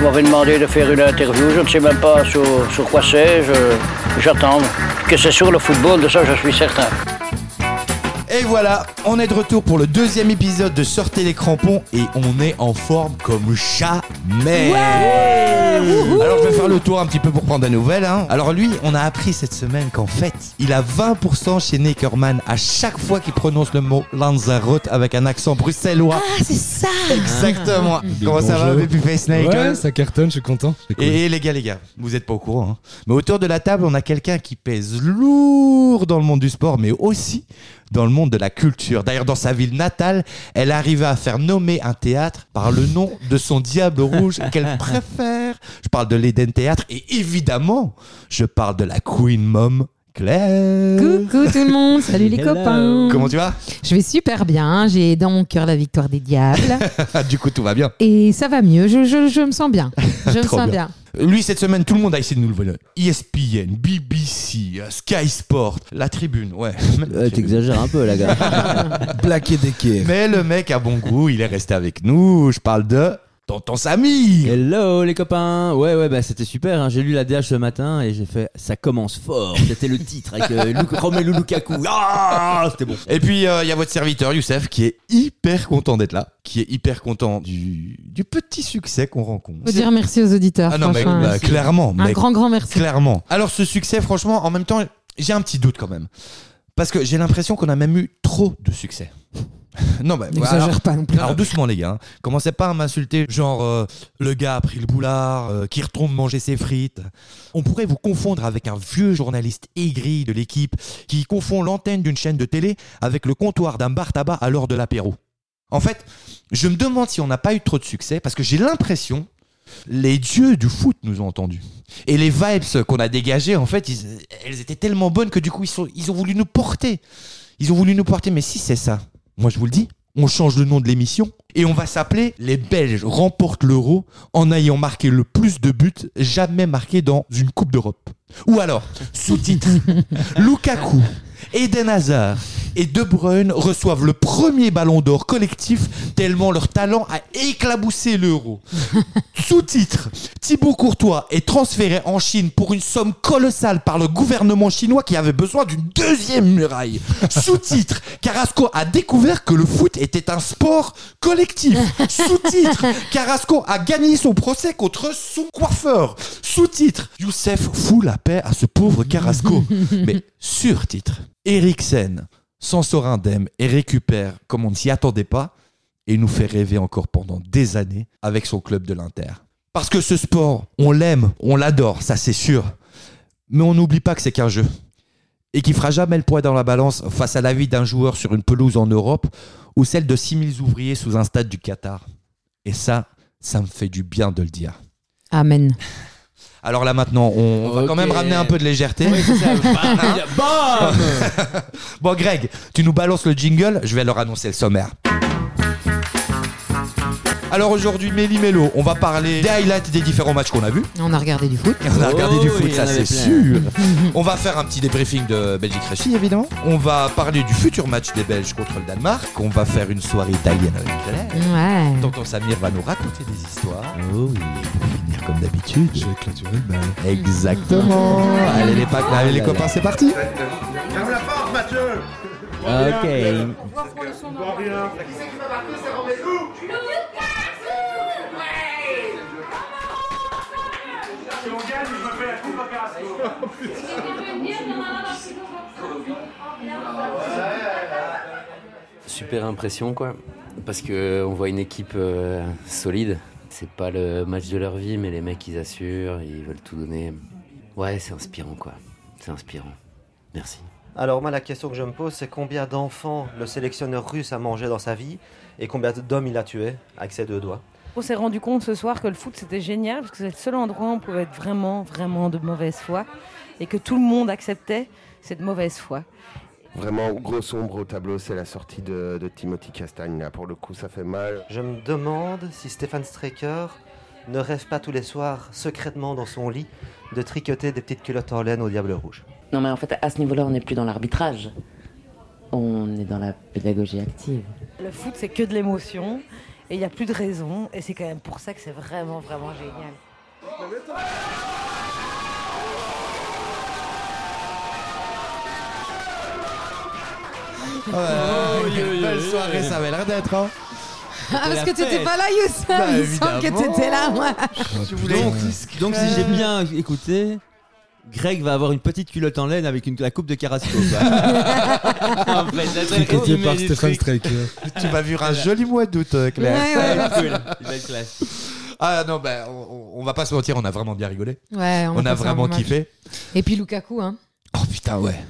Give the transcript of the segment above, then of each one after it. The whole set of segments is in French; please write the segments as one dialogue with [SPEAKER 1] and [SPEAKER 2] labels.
[SPEAKER 1] m'avez demandé de faire une interview, je ne sais même pas sur, sur quoi c'est, je- j'attends. Que c'est sur le football, de ça je suis certain.
[SPEAKER 2] Et voilà, on est de retour pour le deuxième épisode de Sortez les crampons et on est en forme comme jamais. Alors je vais faire le tour un petit peu pour prendre des nouvelles. hein. Alors lui, on a appris cette semaine qu'en fait, il a 20% chez Neckerman à chaque fois qu'il prononce le mot Lanzarote avec un accent bruxellois.
[SPEAKER 3] Ah, c'est ça
[SPEAKER 2] Exactement. Comment ça va,
[SPEAKER 4] Bonjour.
[SPEAKER 2] Baby Face Snake hein
[SPEAKER 4] Ouais, ça cartonne, je suis content. C'est cool.
[SPEAKER 2] et, et les gars, les gars, vous êtes pas au courant. hein. Mais autour de la table, on a quelqu'un qui pèse lourd dans le monde du sport, mais aussi dans le monde de la culture. D'ailleurs, dans sa ville natale, elle arriva à faire nommer un théâtre par le nom de son diable rouge qu'elle préfère. Je parle de l'Eden Théâtre et évidemment, je parle de la Queen Mom Claire.
[SPEAKER 3] Coucou tout le monde, salut les
[SPEAKER 5] Hello.
[SPEAKER 3] copains.
[SPEAKER 2] Comment tu vas
[SPEAKER 3] Je vais super bien, j'ai dans mon cœur la victoire des diables
[SPEAKER 2] Ah, Du coup, tout va bien.
[SPEAKER 3] et ça va mieux, je, je- je me sens bien. Je me
[SPEAKER 2] Trop
[SPEAKER 3] sens
[SPEAKER 2] bien.
[SPEAKER 3] bien.
[SPEAKER 2] Lui, cette semaine, tout le monde a essayé de nous le voler. E ESPN, BBC, euh, Sky Sport, La Tribune, ouais. même la
[SPEAKER 5] Euh,
[SPEAKER 2] Tribune.
[SPEAKER 5] T'exagères un peu, la gars.
[SPEAKER 4] Plaqué des quais.
[SPEAKER 2] Mais le mec a bon goût, il est resté avec nous. Je parle de Tonton Samy.
[SPEAKER 5] Hello les copains. Ouais ouais bah c'était super. hein. J'ai lu la DH ce matin et j'ai fait ça commence fort. C'était le titre avec euh, Lu- Romelu Lukaku. Ah c'était bon.
[SPEAKER 2] Et puis, euh, il y a votre serviteur Youssef qui est hyper content d'être là, qui est hyper content du, du petit succès qu'on rencontre.
[SPEAKER 3] Faut dire merci aux auditeurs.
[SPEAKER 2] ah non, mais
[SPEAKER 3] franchement.
[SPEAKER 2] bah, clairement,
[SPEAKER 3] un
[SPEAKER 2] mais
[SPEAKER 3] grand, grand merci.
[SPEAKER 2] clairement. Alors, ce succès, franchement, en même temps, j'ai un petit doute quand même. Parce que j'ai l'impression qu'on a même eu trop de succès. non, bah, voilà.
[SPEAKER 6] N'exagère pas non plus.
[SPEAKER 2] Alors doucement les gars, hein. commencez pas à m'insulter genre euh, le gars a pris le boulard, euh, qui retombe manger ses frites. On pourrait vous confondre avec un vieux journaliste aigri de l'équipe qui confond l'antenne d'une chaîne de télé avec le comptoir d'un bar tabac à l'heure de l'apéro. En fait, je me demande si on n'a pas eu trop de succès parce que j'ai l'impression les dieux du foot nous ont entendus. Et les vibes qu'on a dégagées, en fait, ils- elles étaient tellement bonnes que du coup, ils, sont- ils ont voulu nous porter. Ils ont voulu nous porter. Mais si c'est ça, moi je vous le dis, on change le nom de l'émission et on va s'appeler Les Belges remportent l'euro en ayant marqué le plus de buts jamais marqués dans une Coupe d'Europe. Ou alors, sous-titre, Lukaku, Eden Hazard et De Bruyne reçoivent le premier ballon d'or collectif tellement leur talent a éclaboussé l'euro. Sous-titre, Thibaut Courtois est transféré en Chine pour une somme colossale par le gouvernement chinois qui avait besoin d'une deuxième muraille. Sous-titre, Carrasco a découvert que le foot était un sport collectif. Sous-titre, Carrasco a gagné son procès contre son coiffeur. Sous-titre, Youssef fout la paix à ce pauvre Carrasco. Mais sur-titre, Eriksen s'en sort indemne et récupère comme on ne s'y attendait pas et nous fait rêver encore pendant des années avec son club de l'Inter. Parce que ce sport, on l'aime, on l'adore, ça c'est sûr. Mais on n'oublie pas que c'est qu'un jeu. Et qui fera jamais le poids dans la balance face à la vie d'un joueur sur une pelouse en Europe ou celle de 6000 ouvriers sous un stade du Qatar. Et ça, ça me fait du bien de le dire.
[SPEAKER 3] Amen.
[SPEAKER 2] Alors là maintenant, on va quand
[SPEAKER 5] Ok.
[SPEAKER 2] même ramener un peu de légèreté.
[SPEAKER 5] Bam.
[SPEAKER 2] Bon Greg, tu nous balances le jingle, je vais leur annoncer le sommaire. Alors aujourd'hui, Méli Mélo, on va parler des highlights des différents matchs qu'on a vus.
[SPEAKER 3] On a regardé du foot.
[SPEAKER 2] Et on a
[SPEAKER 5] Oh,
[SPEAKER 2] regardé du foot,
[SPEAKER 5] il y
[SPEAKER 2] ça
[SPEAKER 5] en avait
[SPEAKER 2] c'est sûr. on va faire un petit débriefing de Belgique-Russie évidemment. On va parler du futur match des Belges contre le Danemark. On va faire une soirée italienne avec Claire.
[SPEAKER 3] Ouais.
[SPEAKER 2] Tonton Samir va nous raconter des histoires.
[SPEAKER 5] Oh,
[SPEAKER 2] Finir comme d'habitude.
[SPEAKER 4] Je vais clôturer le bal.
[SPEAKER 2] Exactement. Allez les, pac- allez, les copains, c'est parti.
[SPEAKER 5] ok.
[SPEAKER 7] Super impression quoi, parce que on voit une équipe euh, solide. C'est pas le match de leur vie, mais les mecs ils assurent, ils veulent tout donner. Ouais, c'est inspirant quoi. C'est inspirant. Merci.
[SPEAKER 8] Alors moi la question que je me pose c'est combien d'enfants le sélectionneur russe a mangé dans sa vie et combien d'hommes il a tué avec ses deux doigts.
[SPEAKER 9] On s'est rendu compte ce soir que le foot c'était génial parce que c'est le seul endroit où on pouvait être vraiment, vraiment de mauvaise foi et que tout le monde acceptait cette mauvaise foi.
[SPEAKER 10] Vraiment, gros sombre au tableau, c'est la sortie de, de Timothy Castagne. Là, pour le coup, ça fait mal.
[SPEAKER 8] Je me demande si Stéphane Straker ne rêve pas tous les soirs secrètement dans son lit de tricoter des petites culottes en laine au diable rouge.
[SPEAKER 11] Non, mais en fait, à ce niveau-là, on n'est plus dans l'arbitrage. On est dans la pédagogie active.
[SPEAKER 9] Le foot c'est que de l'émotion et il n'y a plus de raison. Et c'est quand même pour ça que c'est vraiment, vraiment génial.
[SPEAKER 2] Oh,
[SPEAKER 4] oui, oui,
[SPEAKER 2] belle
[SPEAKER 4] oui,
[SPEAKER 2] soirée,
[SPEAKER 4] oui.
[SPEAKER 2] ça avait l'air d'être. hein.
[SPEAKER 3] Ah, parce
[SPEAKER 2] la
[SPEAKER 3] que tu
[SPEAKER 2] fête.
[SPEAKER 3] n'étais pas là, Youssef
[SPEAKER 2] Bah,
[SPEAKER 3] Il me semble que tu étais là, moi.
[SPEAKER 2] Je
[SPEAKER 5] donc, donc, si j'ai bien écouté, Greg va avoir une petite culotte en laine avec une, la coupe de Carrasco. quoi. En fait, la-
[SPEAKER 4] Tricotée par
[SPEAKER 2] Mais-
[SPEAKER 4] Stéphane Stryker.
[SPEAKER 2] Tu vas vivre un joli mois d'août, euh, Claire.
[SPEAKER 3] Ouais, ouais,
[SPEAKER 2] Ça va être
[SPEAKER 5] cool. Il va être classe.
[SPEAKER 2] Ah non, bah, on, on va pas se mentir, on a vraiment bien rigolé.
[SPEAKER 3] Ouais,
[SPEAKER 2] on,
[SPEAKER 3] on a
[SPEAKER 2] a
[SPEAKER 3] passé un
[SPEAKER 2] vraiment
[SPEAKER 3] bon match.
[SPEAKER 2] kiffé.
[SPEAKER 3] Et puis Lukaku, hein.
[SPEAKER 2] Oh putain, ouais.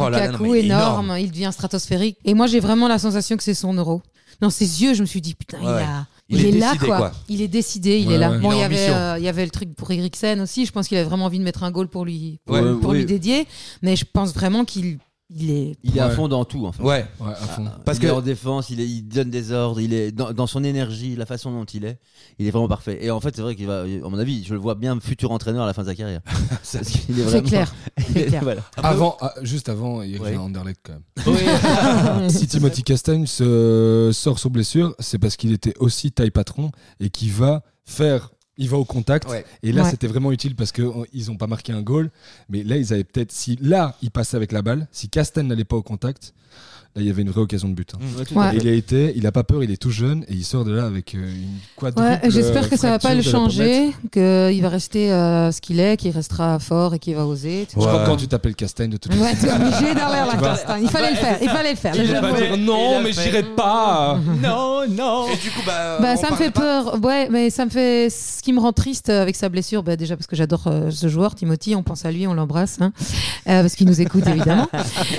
[SPEAKER 2] Oh là là, non,
[SPEAKER 3] Lukaku
[SPEAKER 2] mais
[SPEAKER 3] énorme, il devient stratosphérique. Et moi, j'ai vraiment la sensation que c'est son euro. Dans ses yeux, je me suis dit, putain,
[SPEAKER 2] Ouais,
[SPEAKER 3] il,
[SPEAKER 2] il
[SPEAKER 3] a- il
[SPEAKER 2] est
[SPEAKER 3] est, là,
[SPEAKER 2] décidé,
[SPEAKER 3] quoi.
[SPEAKER 2] quoi.
[SPEAKER 3] Il est décidé, il est
[SPEAKER 2] Ouais,
[SPEAKER 3] là.
[SPEAKER 2] ouais.
[SPEAKER 3] Bon,
[SPEAKER 2] Il est
[SPEAKER 3] il y,
[SPEAKER 2] en
[SPEAKER 3] avait,
[SPEAKER 2] mission.
[SPEAKER 3] euh, il y avait le truc pour Eriksen aussi. Je pense qu'il avait vraiment envie de mettre un goal pour lui, pour,
[SPEAKER 2] Ouais,
[SPEAKER 3] pour
[SPEAKER 5] oui.
[SPEAKER 3] lui dédier. Mais je pense vraiment qu'il il est.
[SPEAKER 5] Il est à
[SPEAKER 4] Ouais.
[SPEAKER 5] fond dans tout en fait.
[SPEAKER 2] Ouais.
[SPEAKER 4] Ouais, à fond.
[SPEAKER 2] Parce
[SPEAKER 5] Parce qu'il
[SPEAKER 2] que-
[SPEAKER 5] est en défense, il, est- il donne des ordres, il est dans, dans son énergie, la façon dont il est, il est vraiment parfait. Et en fait, c'est vrai qu'il va, à mon avis, je le vois bien futur entraîneur à la fin de sa carrière.
[SPEAKER 2] C'est-
[SPEAKER 5] Parce qu'il est
[SPEAKER 3] C'est
[SPEAKER 5] vraiment-
[SPEAKER 3] clair.
[SPEAKER 5] il est-
[SPEAKER 3] clair.
[SPEAKER 5] voilà.
[SPEAKER 4] Avant, ah, juste avant, il y
[SPEAKER 5] Ouais.
[SPEAKER 4] a Anderlecht quand
[SPEAKER 2] Ah,
[SPEAKER 4] même. si Timothy Castagne se sort sur blessure, c'est parce qu'il était aussi taille patron et qu'il va faire. Il va au contact.
[SPEAKER 2] Ouais.
[SPEAKER 4] Et là,
[SPEAKER 3] Ouais.
[SPEAKER 4] c'était vraiment utile parce qu'ils n'ont pas marqué un goal. Mais là, ils avaient peut-être. Si là, ils passaient avec la balle, si Castagne n'allait pas au contact, là, il y avait une vraie occasion de but. hein.
[SPEAKER 5] Ouais, tout à
[SPEAKER 3] Ouais.
[SPEAKER 5] fait.
[SPEAKER 4] Il a été, il a pas peur, il est tout jeune et il sort de là avec euh, une quadruple.
[SPEAKER 3] Ouais, j'espère que ça va
[SPEAKER 4] fracture
[SPEAKER 3] pas le
[SPEAKER 4] de la pommette.
[SPEAKER 3] changer, qu'il va rester euh, ce qu'il est, qu'il restera fort et qu'il va oser.
[SPEAKER 4] Je crois
[SPEAKER 2] Ouais.
[SPEAKER 4] que quand tu t'appelles Castagne de toute
[SPEAKER 3] Ouais, t'es obligé d'aller à la castagne. Il fallait le faire, il fallait le faire.
[SPEAKER 5] Il
[SPEAKER 3] Je
[SPEAKER 5] va
[SPEAKER 3] le
[SPEAKER 5] pas
[SPEAKER 3] vois.
[SPEAKER 5] dire non, mais j'irai
[SPEAKER 4] pas.
[SPEAKER 5] Non, non.
[SPEAKER 2] Et du coup, bah.
[SPEAKER 3] Bah,
[SPEAKER 2] on
[SPEAKER 3] ça me
[SPEAKER 2] parle
[SPEAKER 3] fait
[SPEAKER 2] pas-
[SPEAKER 3] peur. Ouais, mais ça me fait. Ce qui me rend triste avec sa blessure, bah, déjà parce que j'adore euh, ce joueur, Timothy. On pense à lui, on l'embrasse, hein, euh, parce qu'il nous écoute évidemment.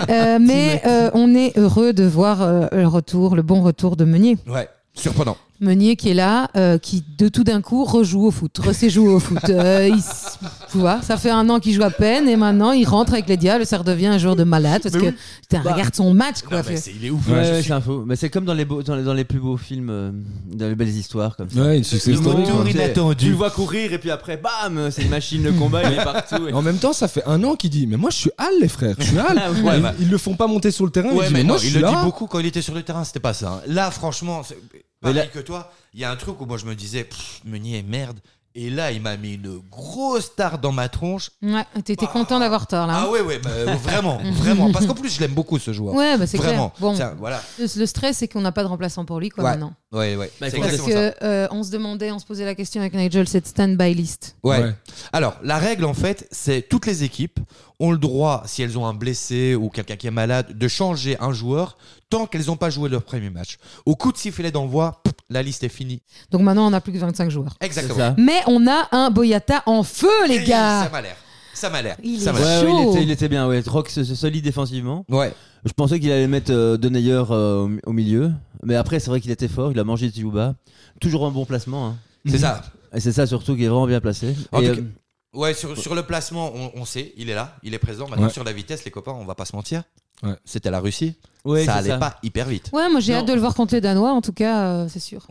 [SPEAKER 3] Euh, mais euh, on est heureux de voir euh, le retour, le bon retour de Meunier.
[SPEAKER 2] Ouais, surprenant.
[SPEAKER 3] Meunier qui est là, euh, qui de tout d'un coup rejoue au foot, ressait jouer au foot. Euh, il s- tu vois, ça fait un an qu'il joue à peine et maintenant il rentre avec les diables. Ça redevient un joueur de malade parce que putain,
[SPEAKER 5] Bah.
[SPEAKER 3] regarde son match quoi.
[SPEAKER 2] Non, mais c'est- il est ouf.
[SPEAKER 5] Ouais,
[SPEAKER 2] hein, je
[SPEAKER 5] ouais,
[SPEAKER 2] suis-
[SPEAKER 5] c'est un faux. Mais c'est comme dans les, beaux- dans les dans les plus beaux films, euh, dans les belles histoires comme ça.
[SPEAKER 4] Ouais, une success
[SPEAKER 5] Le
[SPEAKER 4] story,
[SPEAKER 5] moment
[SPEAKER 4] quoi.
[SPEAKER 5] où t'es-
[SPEAKER 2] inattendu.
[SPEAKER 5] Tu le vois courir et puis après, bam, c'est une machine de combat, il est partout. et-
[SPEAKER 4] En même temps, ça fait un an qu'il dit Mais moi, je suis Al, les frères, je suis Al.
[SPEAKER 2] Ouais,
[SPEAKER 4] ils,
[SPEAKER 2] bah.
[SPEAKER 4] ils le font pas monter sur le terrain.
[SPEAKER 2] Ouais,
[SPEAKER 4] il dit,
[SPEAKER 2] mais
[SPEAKER 4] moi,
[SPEAKER 2] non,
[SPEAKER 4] je
[SPEAKER 2] il
[SPEAKER 4] suis
[SPEAKER 2] le dit
[SPEAKER 4] là.
[SPEAKER 2] beaucoup quand il était sur le terrain, c'était pas ça. hein. Là, franchement, c'est-
[SPEAKER 5] Mais
[SPEAKER 2] pareil
[SPEAKER 5] là-
[SPEAKER 2] que toi, il y a un truc où moi je me disais, pff, Meunier est merde. Et là, il m'a mis une grosse tarte dans ma tronche.
[SPEAKER 3] Ouais, t'étais
[SPEAKER 2] Bah.
[SPEAKER 3] content d'avoir tort là. hein.
[SPEAKER 2] Ah ouais, ouais, bah, euh, vraiment, vraiment. Parce qu'en plus, je l'aime beaucoup ce joueur.
[SPEAKER 3] Ouais, bah c'est clair.
[SPEAKER 2] vraiment.
[SPEAKER 3] Bon,
[SPEAKER 2] Tiens, voilà.
[SPEAKER 3] le, le stress, c'est qu'on n'a pas de remplaçant pour lui, quoi,
[SPEAKER 2] Ouais.
[SPEAKER 3] maintenant.
[SPEAKER 2] Ouais, ouais.
[SPEAKER 5] Bah,
[SPEAKER 2] c'est
[SPEAKER 5] parce
[SPEAKER 3] Parce
[SPEAKER 2] exactement ça.
[SPEAKER 3] que euh, on se demandait, on se posait la question avec Nigel, cette stand-by list.
[SPEAKER 2] Ouais.
[SPEAKER 4] Ouais.
[SPEAKER 2] Alors, la règle, en fait, c'est toutes les équipes ont le droit, si elles ont un blessé ou quelqu'un qui est malade, de changer un joueur tant qu'elles n'ont pas joué leur premier match. Au coup de sifflet d'envoi, pouf, la liste est finie.
[SPEAKER 3] Donc maintenant, on n'a plus que 25 joueurs.
[SPEAKER 5] C'est
[SPEAKER 2] Exactement.
[SPEAKER 5] ça.
[SPEAKER 3] Mais on a un Boyata en feu, les
[SPEAKER 2] Ça
[SPEAKER 3] gars
[SPEAKER 2] m'a l'air. Ça m'a l'air.
[SPEAKER 3] Il
[SPEAKER 2] Ça
[SPEAKER 3] est
[SPEAKER 2] m'a
[SPEAKER 5] Ouais,
[SPEAKER 2] l'air.
[SPEAKER 5] ouais, il,
[SPEAKER 3] chaud.
[SPEAKER 5] était, il était bien, ouais. Rock se- se solide défensivement.
[SPEAKER 2] Ouais.
[SPEAKER 5] Je pensais qu'il allait mettre euh, Denayer euh, au mi- au milieu, mais après c'est vrai qu'il était fort, il a mangé Tsuba. Toujours un bon placement, hein.
[SPEAKER 2] C'est ça.
[SPEAKER 5] et c'est ça surtout qui est vraiment bien placé.
[SPEAKER 2] En
[SPEAKER 5] Et, euh,
[SPEAKER 2] tout cas- Ouais, sur, sur le placement, on, on sait, il est là, il est présent. Maintenant,
[SPEAKER 4] Ouais.
[SPEAKER 2] sur la vitesse, les copains, on va pas se mentir.
[SPEAKER 4] Ouais.
[SPEAKER 2] C'était la Russie.
[SPEAKER 5] euh, ouais,
[SPEAKER 2] ça
[SPEAKER 5] c'est
[SPEAKER 2] allait pas hyper vite.
[SPEAKER 3] Ouais, moi j'ai
[SPEAKER 5] Non.
[SPEAKER 3] hâte de le voir contre les Danois, en tout cas, euh, c'est sûr.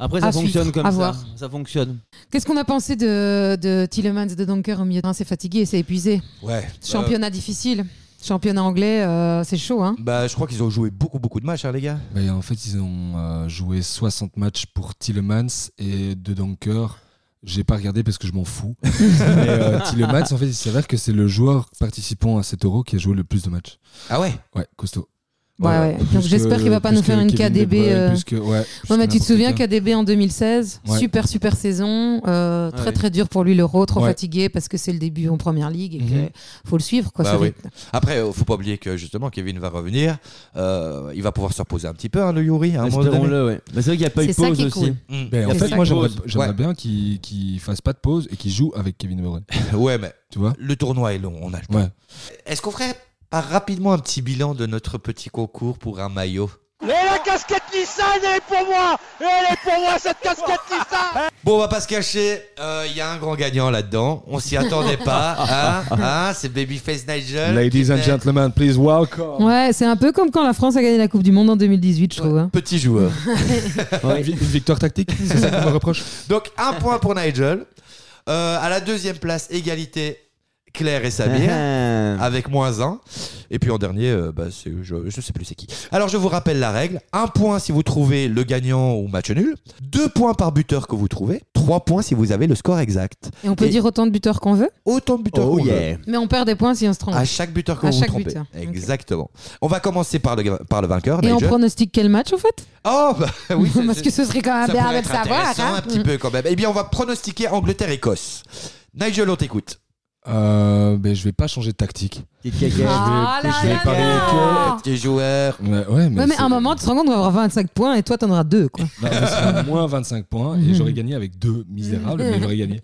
[SPEAKER 5] Après ça
[SPEAKER 3] À
[SPEAKER 5] fonctionne
[SPEAKER 3] suivre,
[SPEAKER 5] comme
[SPEAKER 3] à
[SPEAKER 5] ça.
[SPEAKER 3] voir.
[SPEAKER 5] Ça fonctionne.
[SPEAKER 3] Qu'est-ce qu'on a pensé de, de Tillemans et de Dunker au milieu de terrain C'est fatigué, c'est épuisé.
[SPEAKER 2] Ouais.
[SPEAKER 3] Championnat difficile. Championnat anglais, euh, c'est chaud, hein
[SPEAKER 2] bah, je crois qu'ils ont joué beaucoup, beaucoup de matchs, hein, les gars.
[SPEAKER 4] Mais en fait, ils ont euh, joué 60 matchs pour Tillemans et de Dunker. J'ai pas regardé parce que je m'en fous. Mais euh, Tillemans, en fait, il s'avère que c'est le joueur participant à cet euro qui a joué le plus de matchs.
[SPEAKER 2] Ah ouais
[SPEAKER 4] Ouais, costaud.
[SPEAKER 3] Ouais, ouais.
[SPEAKER 4] Plus
[SPEAKER 3] Donc
[SPEAKER 4] que-
[SPEAKER 3] j'espère qu'il va pas
[SPEAKER 4] plus
[SPEAKER 3] nous faire
[SPEAKER 4] que
[SPEAKER 3] une
[SPEAKER 4] Kevin De
[SPEAKER 3] KDB,
[SPEAKER 4] Bruyne,
[SPEAKER 3] euh,
[SPEAKER 4] plus que- ouais, plus
[SPEAKER 3] Ouais, mais
[SPEAKER 4] que
[SPEAKER 3] tu te souviens
[SPEAKER 4] n'importe
[SPEAKER 3] KDB en 2016,
[SPEAKER 4] Ouais.
[SPEAKER 3] super super saison,
[SPEAKER 2] Ah
[SPEAKER 3] euh, très
[SPEAKER 5] Ouais.
[SPEAKER 3] très dur pour lui l'euro, trop
[SPEAKER 4] Ouais.
[SPEAKER 3] fatigué parce que c'est le début en première ligue et que
[SPEAKER 4] Mhm.
[SPEAKER 3] faut le suivre quoi.
[SPEAKER 2] Bah
[SPEAKER 3] ce
[SPEAKER 2] oui.
[SPEAKER 3] rythme.
[SPEAKER 2] Après, euh, faut pas oublier que justement, Kevin va revenir. Euh, il va pouvoir se reposer un petit peu, hein, le Yuri. à un moment donné.
[SPEAKER 5] Espérons-le, ouais. Mais c'est vrai qu'il n'y a pas eu
[SPEAKER 3] C'est ça
[SPEAKER 5] pause
[SPEAKER 3] qui est
[SPEAKER 5] aussi.
[SPEAKER 3] cool.
[SPEAKER 2] Mm.
[SPEAKER 4] Ben, en
[SPEAKER 5] C'est
[SPEAKER 4] fait,
[SPEAKER 5] ça
[SPEAKER 4] moi,
[SPEAKER 5] qui
[SPEAKER 4] j'aimerais
[SPEAKER 5] pose.
[SPEAKER 4] j'aimerais
[SPEAKER 2] Ouais.
[SPEAKER 4] bien qu'il qu'il fasse pas de pause et qu'il joue avec Kevin De Bruyne.
[SPEAKER 2] Ouais, mais
[SPEAKER 4] Tu vois
[SPEAKER 2] le tournoi est long, on a le temps.
[SPEAKER 4] Ouais.
[SPEAKER 2] Est-ce qu'on ferait pas rapidement un petit bilan de notre petit concours pour un maillot Bon, on va pas se cacher, euh, il y a un grand gagnant là-dedans. On s'y attendait pas. Hein, hein, c'est Babyface Nigel.
[SPEAKER 4] Ladies and gentlemen, please welcome.
[SPEAKER 3] Ouais, c'est un peu comme quand la France a gagné la Coupe du Monde en 2018, je trouve. hein.
[SPEAKER 2] Petit joueur.
[SPEAKER 4] Une vi- une victoire tactique, c'est ça qu'on me reproche
[SPEAKER 2] Donc, un point pour Nigel. Euh, à la deuxième place, égalité. Claire et sa bière,
[SPEAKER 5] Ah,
[SPEAKER 2] avec moins un. Et puis en dernier, euh, bah, c'est- je ne sais plus c'est qui. Alors je vous rappelle la règle un point si vous trouvez le gagnant ou match nul, deux points par buteur que vous trouvez, trois points si vous avez le score exact.
[SPEAKER 3] Et on peut dire autant de buteurs qu'on veut
[SPEAKER 2] Autant de
[SPEAKER 5] Oh,
[SPEAKER 2] buteurs
[SPEAKER 3] qu'on
[SPEAKER 2] qu'on
[SPEAKER 3] veut.
[SPEAKER 2] veut.
[SPEAKER 3] Mais on perd des points si on se trompe.
[SPEAKER 2] À chaque buteur que
[SPEAKER 3] À
[SPEAKER 2] vous
[SPEAKER 3] chaque
[SPEAKER 2] trompez.
[SPEAKER 3] buteur.
[SPEAKER 2] Exactement. On va commencer par le, par le vainqueur.
[SPEAKER 3] Et on
[SPEAKER 2] Nigel.
[SPEAKER 3] pronostique quel match en fait
[SPEAKER 2] Oh, bah oui. c'est-
[SPEAKER 3] Parce
[SPEAKER 2] c'est-
[SPEAKER 3] que ce serait quand même
[SPEAKER 2] ça
[SPEAKER 3] bien
[SPEAKER 2] pourrait
[SPEAKER 3] de le
[SPEAKER 2] être
[SPEAKER 3] savoir.
[SPEAKER 2] intéressant
[SPEAKER 3] hein.
[SPEAKER 2] un petit peu quand même. Eh bien, on va pronostiquer Angleterre-Écosse. Nigel, on t'écoute.
[SPEAKER 4] Euh, ben, je vais pas changer de tactique.
[SPEAKER 5] Je vais-
[SPEAKER 3] Ah là
[SPEAKER 4] je vais
[SPEAKER 3] là
[SPEAKER 4] parier
[SPEAKER 3] là.
[SPEAKER 4] que-
[SPEAKER 2] Des joueurs.
[SPEAKER 4] Ouais, ouais, mais
[SPEAKER 3] Ouais, mais à
[SPEAKER 4] c'est-
[SPEAKER 3] un moment, tu te rends compte qu'on va avoir 25 points et toi, t'en auras 2. Quoi.
[SPEAKER 4] Bah, on sera à moins 25 points et j'aurais gagné avec deux misérables, mais j'aurais gagné.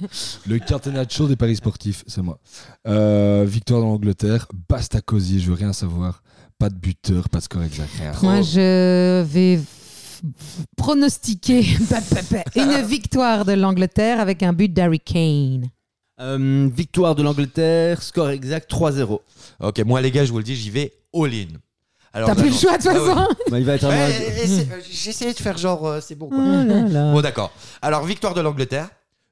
[SPEAKER 4] Le Cartenaccio des paris sportifs, c'est moi. Euh, victoire dans l'Angleterre, basta cosy, je veux rien savoir. Pas de buteur, pas de score exact, rien.
[SPEAKER 2] Oh.
[SPEAKER 3] Moi, je vais f- f- pronostiquer pa- pa- pa- une victoire de l'Angleterre avec un but d'Harry Kane.
[SPEAKER 5] Euh, victoire de l'Angleterre, score exact 3-0.
[SPEAKER 2] Ok, moi, les gars, je vous le dis, j'y vais all-in. Alors,
[SPEAKER 3] T'as
[SPEAKER 2] là,
[SPEAKER 3] plus le
[SPEAKER 2] non.
[SPEAKER 3] choix de toute
[SPEAKER 2] Ah oui.
[SPEAKER 3] façon.
[SPEAKER 5] Bah, il va être à moi.
[SPEAKER 2] Ouais, et- et c'est- euh, J'ai essayé de faire genre, euh, c'est bon. Quoi.
[SPEAKER 3] Ah là là.
[SPEAKER 2] Bon, d'accord. Alors, victoire de l'Angleterre,